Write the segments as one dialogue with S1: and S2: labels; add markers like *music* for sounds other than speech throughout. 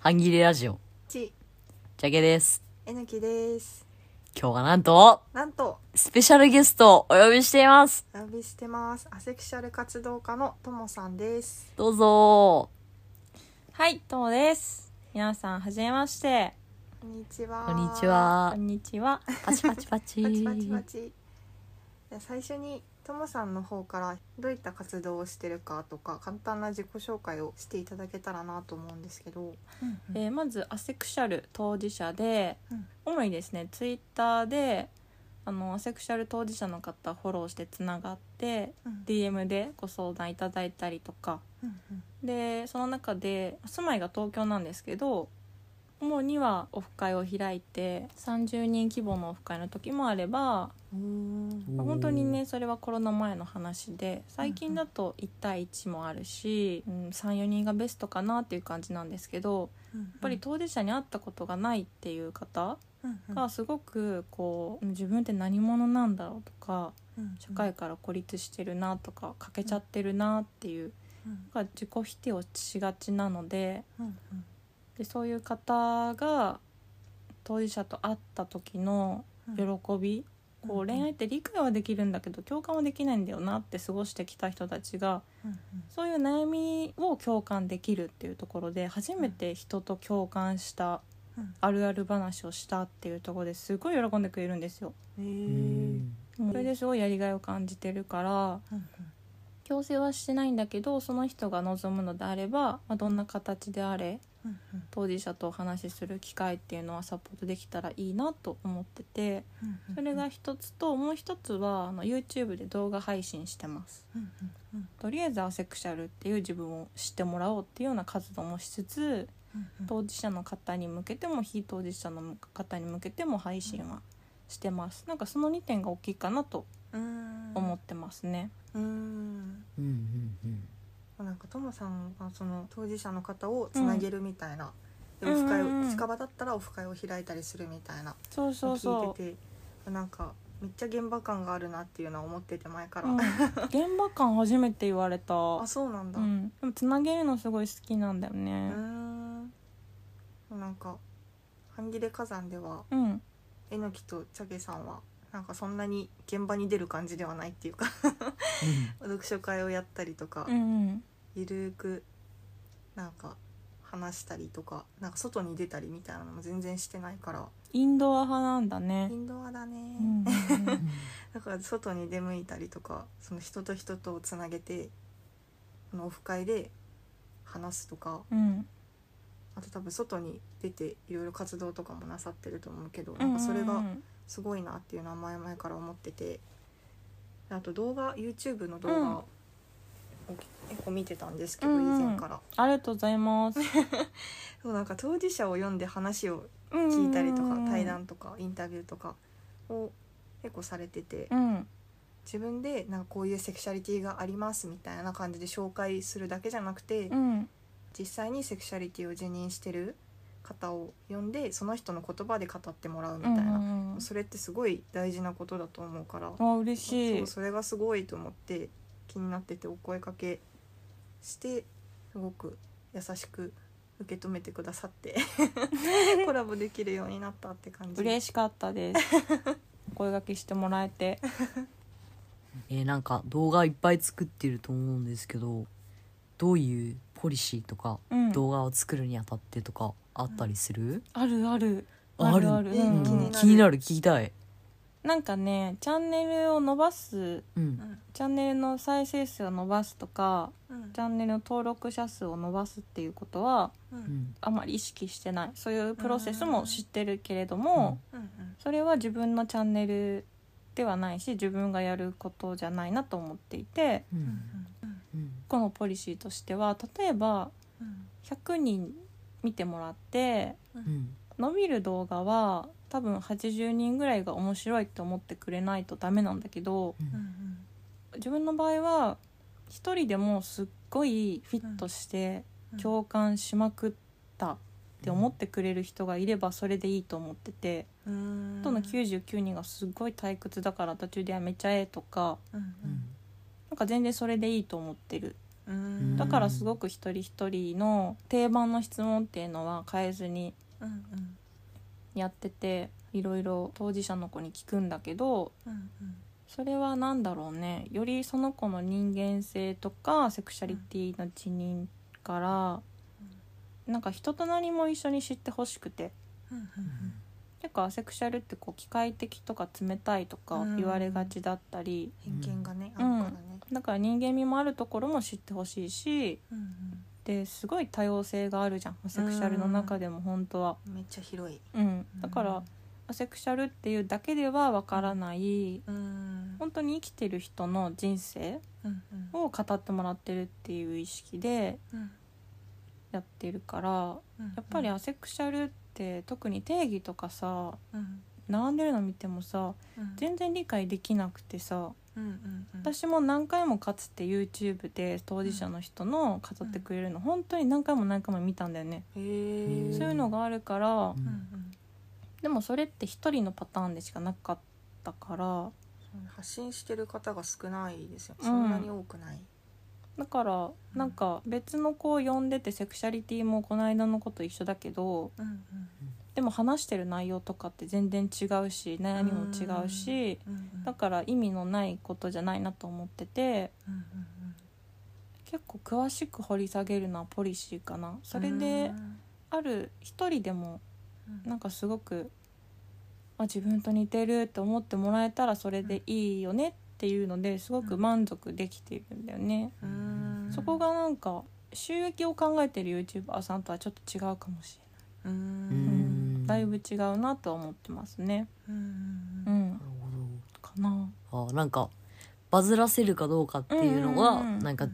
S1: 半切れラジオ、
S2: ち
S1: ジャケです。
S2: えぬきです
S1: 今日はなんと、
S2: なんと
S1: スペシャルゲストをお呼びしています。
S2: お呼びしてますアセクシャル活動家のともさんです
S1: どうぞ
S3: はい、ともです。皆さん、はじめまして。
S2: こんにちは
S1: こんにち
S3: こ
S1: は。
S3: んにちは。
S1: パチパチパチ。
S2: パチパチパチじゃあ最初にともさんの方からどういった活動をしてるかとか簡単な自己紹介をしていただけたらなと思うんですけど、
S3: えーまず、アセクシャル当事者で、
S2: うん
S3: 主にですね、ツイッターで、あの、アセクシャル当事者の方フォローしてつながって、DM でご相談いただいたりとか、で、その中で、住まいが東京なんですけど、主にはオフ会を開いて、30人規模のオフ会の時もあれば、
S2: うん
S3: まあ本当にねそれはコロナ前の話で最近だと1対1もあるし、うん34人がベストかなっていう感じなんですけど
S2: やっ
S3: やっぱり当事者に会ったことがないっていう方がすごくこう自分って何者なんだろうとか社会から孤立してるなとか欠けちゃってるなっていうなんか自己否定をしがちなのででそういう方が当事者と会った時の喜び、こう恋愛って理解はできるんだけど共感はできないんだよなって過ごしてきた人たちがそういう悩みを共感できるっていうところで初めて人と共感した
S2: うん
S3: あるある話をしたっていうところですごい喜んでくれるんですよ。
S2: え
S1: う
S2: ー
S1: ん。
S3: それですごいやりがいを感じてるから強制はしてないんだけどその人が望むのであれば、まあ、どんな形であれ当事者とお話しする機会っていうのはサポートできたらいいなと思ってて。それが一つともう一つはあの YouTube で動画配信してますとりあえずアセクシャルっていう自分を知ってもらおうっていうような活動もしつつ当事者の方に向けても非当事者の方に向けても配信はしてますなんかその2点が大きいかなと
S2: うん
S3: 思ってますね、
S2: うん
S1: うんうんうん。
S2: なんかともさんがその当事者の方をつなげるみたいな、でオフ会を、
S3: うんうんうん
S2: 近場だったらオフ会を開いたりするみたいな
S3: そうそう
S2: 聞い
S3: そう
S2: ててなんかめっちゃ現場感があるなっていうのは思ってて前から、
S3: うん、現場感初めて言われた
S2: あそうなんだ
S3: う
S2: うん
S3: ん、でもつなげるのすごい好きなんだよね
S2: んなんか半切れ火山では
S3: うん
S2: えのきとチャゲさんはなんかそんなに現場に出る感じではないっていうか *laughs* 読書会をやったりとか、
S3: うんうん
S2: ゆるくなんか話したりとかなんか外に出たりみたいなのも全然してないから
S3: インドア派なんだね
S2: インドアだね、
S3: うんうんうん
S2: だから外に出向いたりとかその人と人とをつなげてあのオフ会で話すとか
S3: うん
S2: あと多分外に出ていろいろ活動とかもなさってると思うけど
S3: う
S2: なんん
S3: う
S2: か
S3: ん、
S2: それがすごいなっていうのは前々から思っててあと動画 YouTube の動画を結構見てたんですけど以
S3: うんうん
S2: 前から
S3: ありがとうございます
S2: そうなんか当事者を読んで話を
S3: 聞
S2: 聞いたりとか対談とかインタビューとかを結構されてて
S3: うん
S2: 自分でなんかこういうセクシャリティがありますみたいな感じで紹介するだけじゃなくて、
S3: うん
S2: 実際にセクシャリティを自認してる方を呼んでその人の言葉で語ってもらうみ
S3: う
S2: たい
S3: んう
S2: な、
S3: んうん
S2: それってすごい大事なことだと思うから、
S3: あ嬉し
S2: そ
S3: いう
S2: それがすごいと思って気になっててお声かけしてすごく優しく受け止めてくださって *laughs* コラボできるようになったって感じ
S3: 嬉しかったですお声掛けしてもらえて
S1: えー、なんか動画いっぱい作ってると思うんですけど、どういうポリシーとか、
S3: うん
S1: 動画を作るにあたってとかあったりする
S3: あるある
S1: ある
S3: ある
S2: う
S1: うんん
S2: 気にな
S1: 気にな
S2: る
S1: る、聞きたい。
S3: なんかねチャンネルを伸ばす
S1: う。
S2: うんん
S3: チャンネルの再生数を伸ばすとか
S2: うん
S3: チャンネルの登録者数を伸ばすっていうことは
S2: う
S1: うんん。
S3: あまり意識してないそういうプロセスも知ってるけれども、
S2: うん
S3: それは自分のチャンネルではないし自分がやることじゃないなと思っていて
S1: う。
S2: うんん
S1: うん。
S3: このポリシーとしては例えば
S2: うん
S3: 100人見てもらって
S1: うん。
S3: 伸びる動画は多分80人ぐらいが面白いって思ってくれないとダメなんだけど
S1: う。
S2: うんん
S3: 自分の場合は一人でもすっごいフィットして
S2: うん
S3: 共感しまくったって思ってくれる人がいればそれでいいと思ってて。
S2: うん
S3: との99人がすっごい退屈だから途中でやめちゃえとか
S2: うん
S1: うん。
S3: なんか全然それでいいと思ってる
S2: ううん
S3: だから
S1: うん
S3: すごく一人一人の定番の質問っていうのは変えずに
S2: うんうん
S3: やってていろいろ当事者の子に聞くんだけど
S2: うん
S3: それは何だろうねよりその子の人間性とかセクシャリティの辞任から、なんか人となりも一緒に知ってほしくて
S2: うんうん
S3: 結構アセクシャルってこう機械的とか冷たいとか
S2: うん
S3: 言われがちだったり、
S2: 偏見がね、
S3: うん
S2: あるからね
S3: だから人間味もあるところも知ってほしいし
S2: うん
S3: ですごい多様性があるじゃんアセクシャルの中でも本当は。
S2: うんめっちゃ広い
S3: うん、だからアセクシャルっていうだけではわからない
S2: うん
S3: 本当に生きてる人の人生
S2: うんうん
S3: を語ってもらってるっていう意識でやってるからやっぱりアセクシャルって特に定義とかさ
S2: うん
S3: 並んでるの見てもさ
S2: うん
S3: 全然理解できなくてさ
S2: うんうんうん
S3: 私も何回もかつて YouTube で当事者の人の語ってくれるの本当に何回も何回も見たんだよね。
S2: へー
S3: そういうのがあるから
S2: うん
S3: でもそれって一人のパターンでしかなかったから
S2: うん発信してる方が少ないですよ、
S3: うん
S2: そんなに多くない
S3: だから
S2: ん
S3: なんか別の子を呼んでてセクシャリティもこの間の子と一緒だけど
S2: うん
S3: でも話してる内容とかって全然違うし悩みも違うし
S2: うんうん
S3: だから意味のないことじゃないなと思ってて
S2: うんうん
S3: 結構詳しく掘り下げるのはポリシーかなそれ
S2: う
S3: で
S2: ん
S3: ある一人でも
S2: うん
S3: なんかすごくあ自分と似てるって思ってもらえたらそれでいいよねっていうのですごく満足できているんだよね。
S2: うん
S3: そこがなんか収益を考えてる YouTuber さんとはちょっと違うかもし
S2: うん
S3: れない、
S1: うん
S3: だいぶ違うなとは思ってますね
S2: うんうんうん
S3: うん
S1: なるほど
S3: かな
S1: あーなんかバズらせるかどうかっていうの
S3: うん
S1: は
S3: うんうん
S1: なんか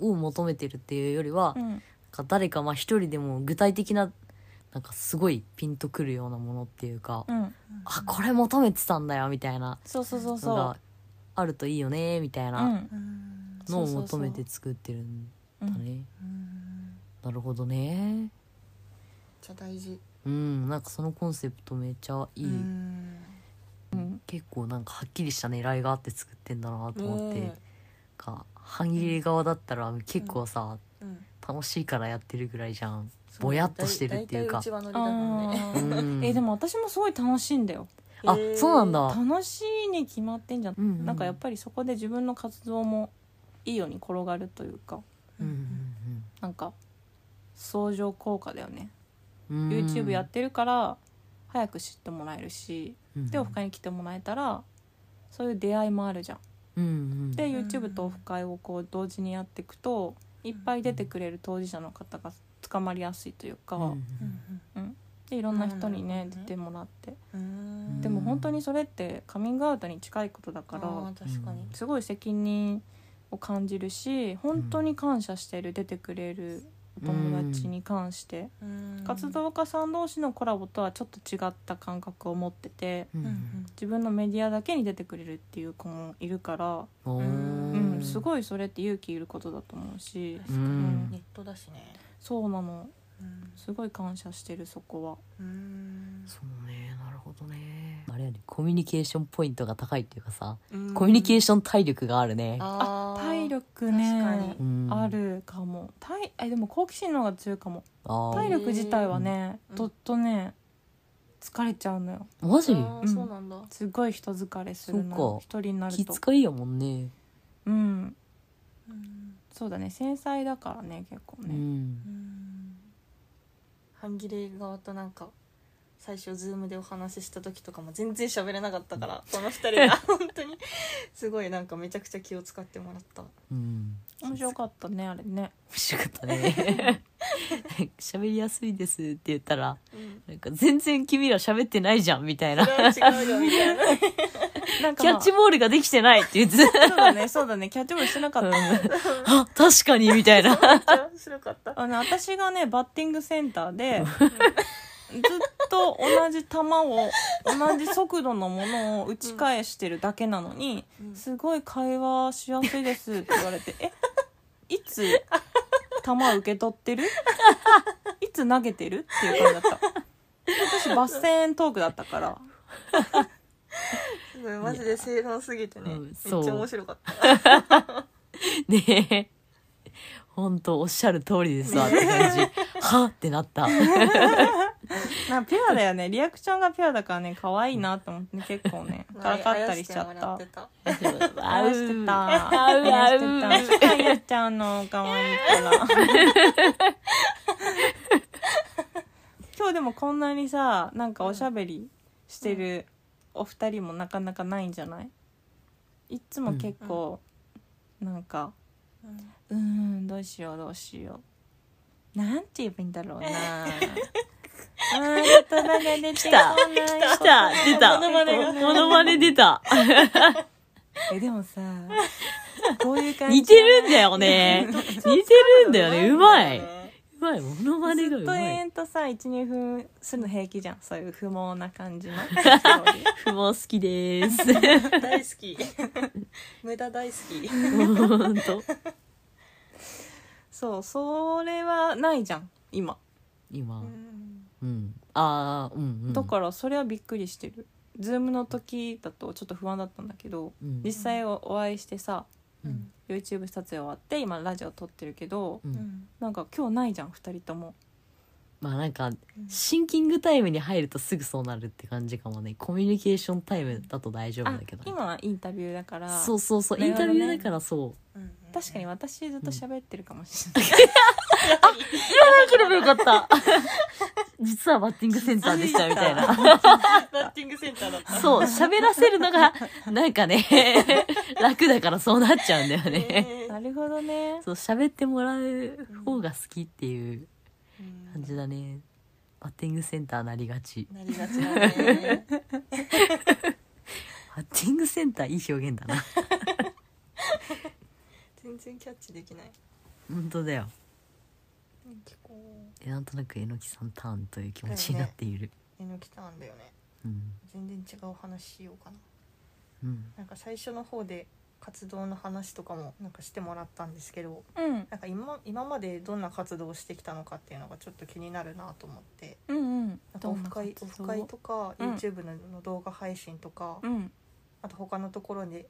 S1: を求めてるっていうよりは、
S3: う
S1: なん
S3: ん
S1: か誰かまあ一人でも具体的ななんかすごいピンとくるようなものっていうか、
S3: うん
S1: あこれ求めてたんだよみたいな
S3: そうそうそう
S1: の
S3: そ
S1: があるといいよねみたいう
S3: う
S1: なん
S2: うん
S1: のを
S3: そうそう
S1: 求
S3: そ
S1: め
S3: う
S1: て作ってるん
S3: う
S1: だね。
S3: ん
S2: うん
S1: なるほどね。
S2: じゃあ大事
S1: うんなんかそのコンセプトめっちゃいい、
S2: うん
S3: うん
S1: 結構なんかはっきりした狙いがあって作ってんだなと思って、
S2: ね
S1: か半切れ側だったら結構さ、
S2: えうん
S1: 楽しいからやってるぐらいじゃん
S2: そう
S1: ぼやっとしてるっていうか
S2: 大体うちはノリだもん
S3: あ
S2: ね
S1: う
S3: ー
S1: ん
S3: えでも私もすごい楽しいんだよ
S1: あそうなんだ
S3: 楽しいに決まってんじゃん、
S1: うんうん
S3: なんかやっぱりそこで自分の活動もいいように転がるというか
S1: うん
S3: なんか相乗効果だよね、
S1: うんうんうん
S3: YouTube やってるから早く知ってもらえるしでオフ
S1: い
S3: 会に来てもらえたらそういう出会いもあるじゃん。
S1: うんうん
S3: で
S2: ん
S3: YouTube とオフ会をこう同時にやっていくといっぱい出てくれる当事者の方が捕まりやすいというか、
S1: うん
S2: うん
S3: でいろんな人にね
S2: うん
S3: 出てもらって
S2: うんうん
S3: でも本当にそれってカミングアウトに近いことだか
S2: あ
S3: ら
S2: ー確かに
S1: うん
S3: すごい責任を感じるし本当に感謝してる出てくれるお友達に関して
S2: うん
S3: 活動家さん同士のコラボとはちょっと違った感覚を持ってて。
S1: う
S2: うんんう
S1: うん
S2: ん
S3: 自分のメディアだけに出てくれるっていう子もいるから、
S1: お
S2: うん
S3: うん
S1: ー
S3: すごいそれって勇気いることだと思うし
S2: 確か
S1: うん
S2: にネットだしね
S3: そうなの
S2: うん
S3: すごい感謝してるそこは
S2: うん
S1: そうねなるほどねあれやねコミュニケーションポイントが高いっていうかさ
S2: うん
S1: コミュニケーション体力があるね
S2: あー
S3: 体力ね
S2: 確かに
S1: うん
S3: あるかも体えでも好奇心の方が強いかも
S1: あー
S3: 体力自体はね
S2: うん
S3: とっとね疲れちゃうのよ
S1: マジ
S2: あーそうなんだ
S3: すごい人疲れする
S1: そ
S3: の
S1: うか
S3: 一人になる
S1: 気
S3: と
S1: 遣いやもんね
S3: うん
S2: うん
S3: そうだね繊細だからね結構
S1: う
S3: ね、
S1: ん
S2: うん半切れ側となんか最初ズームでお話しした時とかも全然喋れなかったからこの二人が本当にすごいなんかめちゃくちゃ気を使ってもらった
S1: うん *laughs*
S3: 面白かったねあれね *laughs*
S1: 面白かったね *laughs* 喋りやすいですって言ったら
S2: うん
S1: なんか全然君ら喋ってないじゃんみたいな
S2: それは違うよみたいな
S3: なんか、
S1: キ
S3: ま
S1: ャ
S3: あ、
S1: ッチボールができてないって言ってた
S3: そうだねそうだねキャッチボールしてなかった
S1: あ確かにみたいな
S2: めっちゃ面白かった
S3: あの私がねバッティングセンターでずっと同じ球を同じ速度のものを打ち返してるだけなのに「
S2: うん
S3: すごい会話しやすいです」って言われて「えいつ球受け取ってるいつ投げてる?」っていう感じだった私バッセントークだったから
S2: すごいマジで正論すぎてね
S1: うん
S2: めっち
S1: そ
S2: ゃ
S1: う
S2: 面白かった
S1: ねえ本当おっしゃる通りですわって感じはっってなった
S3: なんかピュアだよねリアクションがピュアだからね可愛いなと思って、ね、結構ねからかったりしちゃった
S2: た
S3: あうしてた
S1: あうあう
S3: あうしてたあやちゃんの可愛
S1: *laughs*
S3: いから今日でもこんなにさなんかおしゃべりしてるお二人もなかなかないんじゃないいっつも結構、なんかうーんどうしようどうしようなんて言えばいいんだろ
S1: *laughs*
S3: うなあー言葉が出てこない
S1: 来た出た
S2: モノマネが
S1: モノマネ出た
S3: えでもさこういう感じ
S1: 似てるんだよね似てるんだよねうまいうまいモノマネが
S3: ず
S1: う
S3: っと
S1: ま
S3: 永
S1: い
S3: 遠とさ12分するの平気じゃんそういう不毛な感じの
S1: 不毛好きでーす
S2: *laughs* 大好
S3: *laughs*
S2: き無駄大好き
S1: ほんと
S3: そうそれはないじゃん今、
S1: 今うんああうんうん
S3: だからそれはびっくりしてるズームの時だとちょっと不安だったんだけど
S1: うん
S3: 実際おお会いしてさ
S1: うん
S3: YouTube 撮影終わって今ラジオ撮ってるけど
S1: うん
S3: なんか今日ないじゃん2人とも
S1: まあなんかシンキングタイムに入るとすぐそうなるって感じかもねコミュニケーションタイムだと大丈夫
S3: あ
S1: だけどね
S3: 今はインタビューだから
S1: そうそうそう、
S3: な
S1: イ
S3: る
S1: ン
S3: ほど
S1: タ
S3: ね
S1: ビューだからそう
S3: 確かに私ずっと喋ってるかもしれない
S2: *laughs*
S1: ければよかった *laughs* 実はバッティングセンターでしたみたいな
S2: バッティングセンターだった
S1: *laughs* そう、喋らせるのが、なんかね、楽だからそうなっちゃうんだよね。
S2: えー
S3: なるほどね
S1: そう、喋ってもらう方が好きっていう
S2: うん
S1: 感じだね。バッティングセンターなりがち。
S2: なりがちだね
S1: バッティングセンターいい表現だな。
S2: 全然キャッチできない
S1: 本当だよ。
S2: 結構
S1: えなんとなくえのきさんターンという気持ちになっている。
S2: えのきたんだよね
S1: うん。
S2: 全然違う話しようかな
S1: うん。
S2: なんか最初の方で活動の話とかもなんかしてもらったんですけど
S3: うん
S2: なんか今今までどんな活動をしてきたのかっていうのがちょっと気になるなと思って
S3: うんうん
S2: なんかオフ会オ
S3: どんな活動
S2: フ会とか
S3: うん
S2: YouTube の動画配信とか、
S3: うん
S2: あと他のところで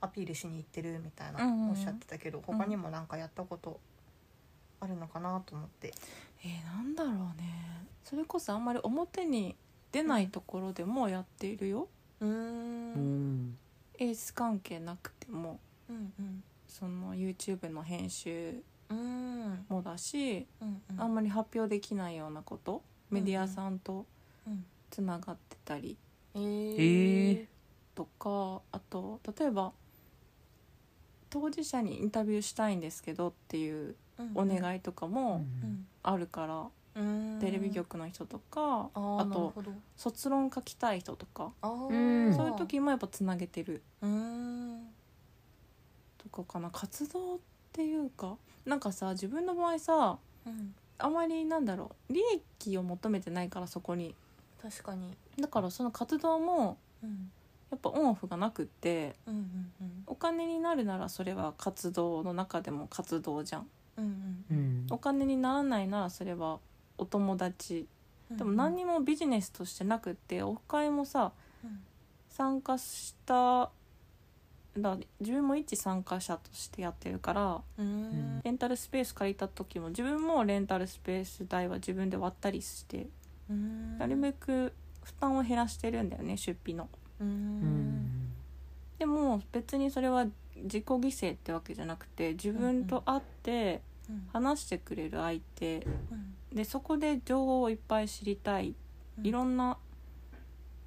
S2: アピールしに行ってるみたいな
S3: うんうんうん
S2: おっしゃってたけど、他にもなんかやったことあるのかなと思って、
S3: えー、なんだろうねそれこそあんまり表に出ないところでもやっているよ、
S2: うん、
S1: うん。
S3: エース関係なくても
S2: うんうん
S3: その YouTube の編集
S2: うん
S3: もだし、
S2: うん
S3: あんまり発表できないようなことメディアさんと
S2: うん
S3: つながってたり
S2: え
S1: えー
S3: とかあと例えば当事者にインタビューしたいんですけどっていうお願いとかもあるから、
S2: うん
S3: テレビ局の人とか、
S2: あーな
S3: あ
S2: る
S3: と
S2: ほど
S3: 卒論書きたい人とか、
S2: あ
S1: う
S2: ー
S1: ん
S3: そういう時もやっぱつなげてる
S2: うん
S3: とかかな活動っていうかなんかさ自分の場合さ
S2: うん
S3: あまりなんだろう利益を求めてないからそこに
S2: 確かに
S3: だからその活動も
S2: うん
S3: やっぱオンオフがなくって
S2: うんうんうん
S3: お金になるならそれは活動の中でも活動じゃん
S2: うん
S1: う
S2: う
S1: ん。
S2: ん
S3: お金にならないならそれはお友達
S2: うん
S3: でも何にもビジネスとしてなくってオフ会もさ
S2: うん
S3: 参加しただ自分も一参加者としてやってるから
S2: うん
S3: レンタルスペース借りた時も自分もレンタルスペース代は自分で割ったりして
S2: うん
S3: なるべく負担を減らしてるんだよね出費の
S2: う
S1: うんん。
S3: でも別にそれは自己犠牲ってわけじゃなくて自分と会って
S2: うん
S3: 話してくれる相手
S2: うん
S3: でそこで情報をいっぱい知りたいいろんな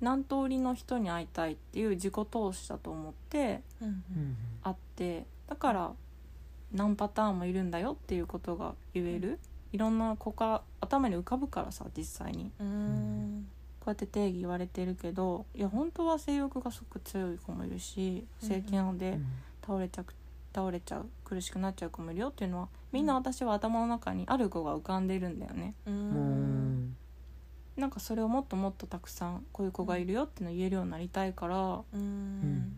S3: 何通りの人に会いたいっていう自己投資だと思って
S2: うんうん
S1: うん。
S3: 会ってだから何パターンもいるんだよっていうことが言えるいろんな子から頭に浮かぶからさ実際に
S2: うん
S3: こうやって定義言われてるけどいや本当は性欲がすごく強い子もいるし性器なの
S1: う
S3: で
S1: ん
S3: 倒れちゃう倒れちゃう苦しくなっちゃう子もいるよっていうのはみんな私は頭の中にある子が浮かんでるんだよね
S2: う
S1: うんん。
S3: なんかそれをもっともっとたくさんこういう子がいるよっていうのを言えるようになりたいからっ
S2: うん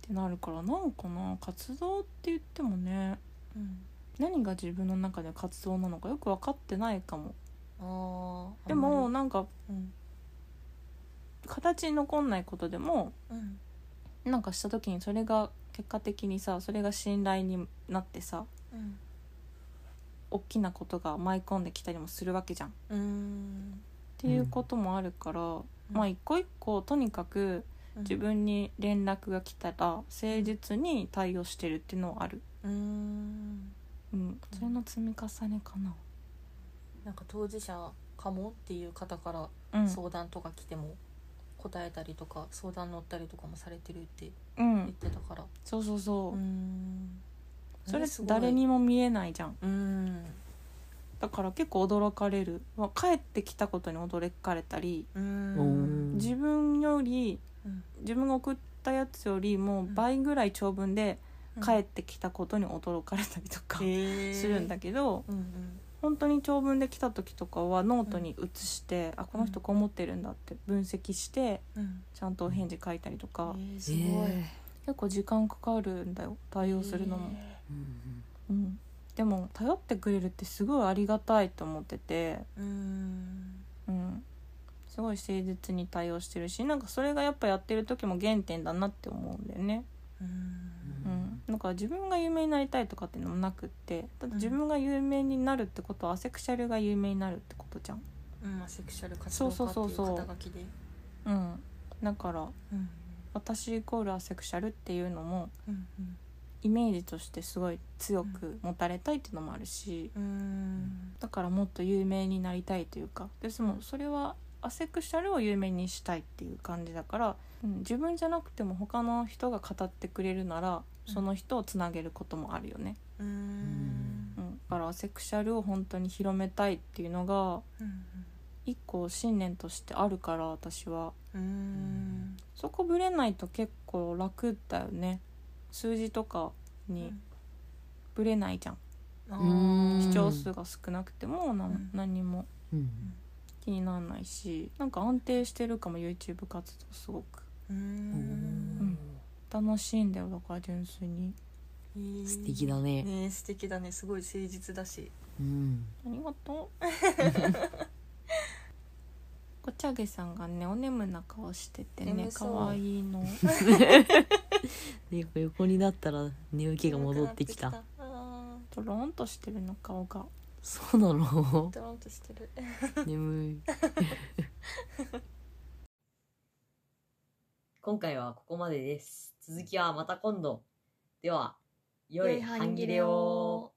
S3: てなるからなんかな活動って言ってもね
S2: うん
S3: 何が自分の中で活動なのかよく分かってないかも
S2: あー
S3: でも
S2: あんま
S3: なんか
S2: りうん
S3: 形に残んないことでも
S2: うん
S3: なんかした時にそれが結果的にさそれが信頼になってさ
S2: うん
S3: 大きなことが舞い込んできたりもするわけじゃん。っ
S2: うん
S3: ていうこともあるから、まあ一個一個とにかく自分に連絡が来たら誠実に対応してるっていうのはある。
S2: うん
S3: うん、それの積み重ねかな。
S2: なんか当事者かもっていう方から
S3: うん、
S2: 相談とか来ても答えたりとか相談乗ったりとかもされてるって
S3: う
S2: 言っ
S3: ん、
S2: てたから
S3: そうそうそう。
S2: ん
S3: それ誰にも見えないじゃん。
S2: うん
S3: だから結構驚かれる。まあ帰ってきたことに驚かれたり、
S2: うん
S3: 自分より
S2: うん
S3: 自分が送ったやつよりもう倍ぐらい長文で帰ってきたことに驚かれたりとかするんだけど、
S2: うんうん
S3: 本当に長文で来た時とかはノートに写して、あこの人こう思ってるんだって分析して
S2: うん
S3: ちゃんとお返事書いたりとか、
S2: えーす
S1: え
S2: ごい、
S1: ー
S3: 結構時間かかるんだよ対応するのも、
S1: うん
S3: うん、でも頼ってくれるってすごいありがたいと思ってて、
S2: うん
S3: うん、すごい誠実に対応してるしなんかそれがやっぱやってる時も原点だなって思うんだよね。
S2: うん
S3: うん、なんか自分が有名になりたいとかっていうのもなくってだって自分が有名になるってことはアセクシャルが有名になるってことじゃん、
S2: うんまあセクシャル活動家って
S3: そうそう
S2: い
S3: そうそうう
S2: 肩書きで
S3: うん、だから
S2: うん
S3: 私イコールアセクシャルっていうのも
S2: うん
S3: イメージとしてすごい強く持たれたいっていうのもあるし
S2: うんうん
S3: だからもっと有名になりたいというかでもそれはアセクシャルを有名にしたいっていう感じだから、うん、自分じゃなくても他の人が語ってくれるならその人をつなげることもあるよね、
S2: うんうん
S3: うん、だからアセクシャルを本当に広めたいっていうのが一個信念としてあるから私は
S2: うん
S3: そこぶれないと結構楽だよね数字とかにぶれないじゃん、
S2: あー
S1: うん
S3: 視聴数が少なくてもな、
S2: うん
S3: 何も
S1: うん
S3: 気にならないしなんか安定してるかも YouTube 活動すごく
S1: う
S2: う
S1: んん
S3: 楽しいんだよだから純粋に
S2: いい
S1: 素敵だね
S2: ねえ素敵だねすごい誠実だし
S1: うん
S3: ありがとう *laughs* ごちゃげさんがねお眠な顔しててね
S2: 眠
S3: か
S2: そう
S3: わいい *laughs* の
S1: で横になったら眠気が戻ってきた
S2: あー
S3: とろんとしてるの顔が
S1: そうなの
S2: ドロンとしてる
S1: *laughs* 眠い今回はここまでです続きはまた今度では良い半切れを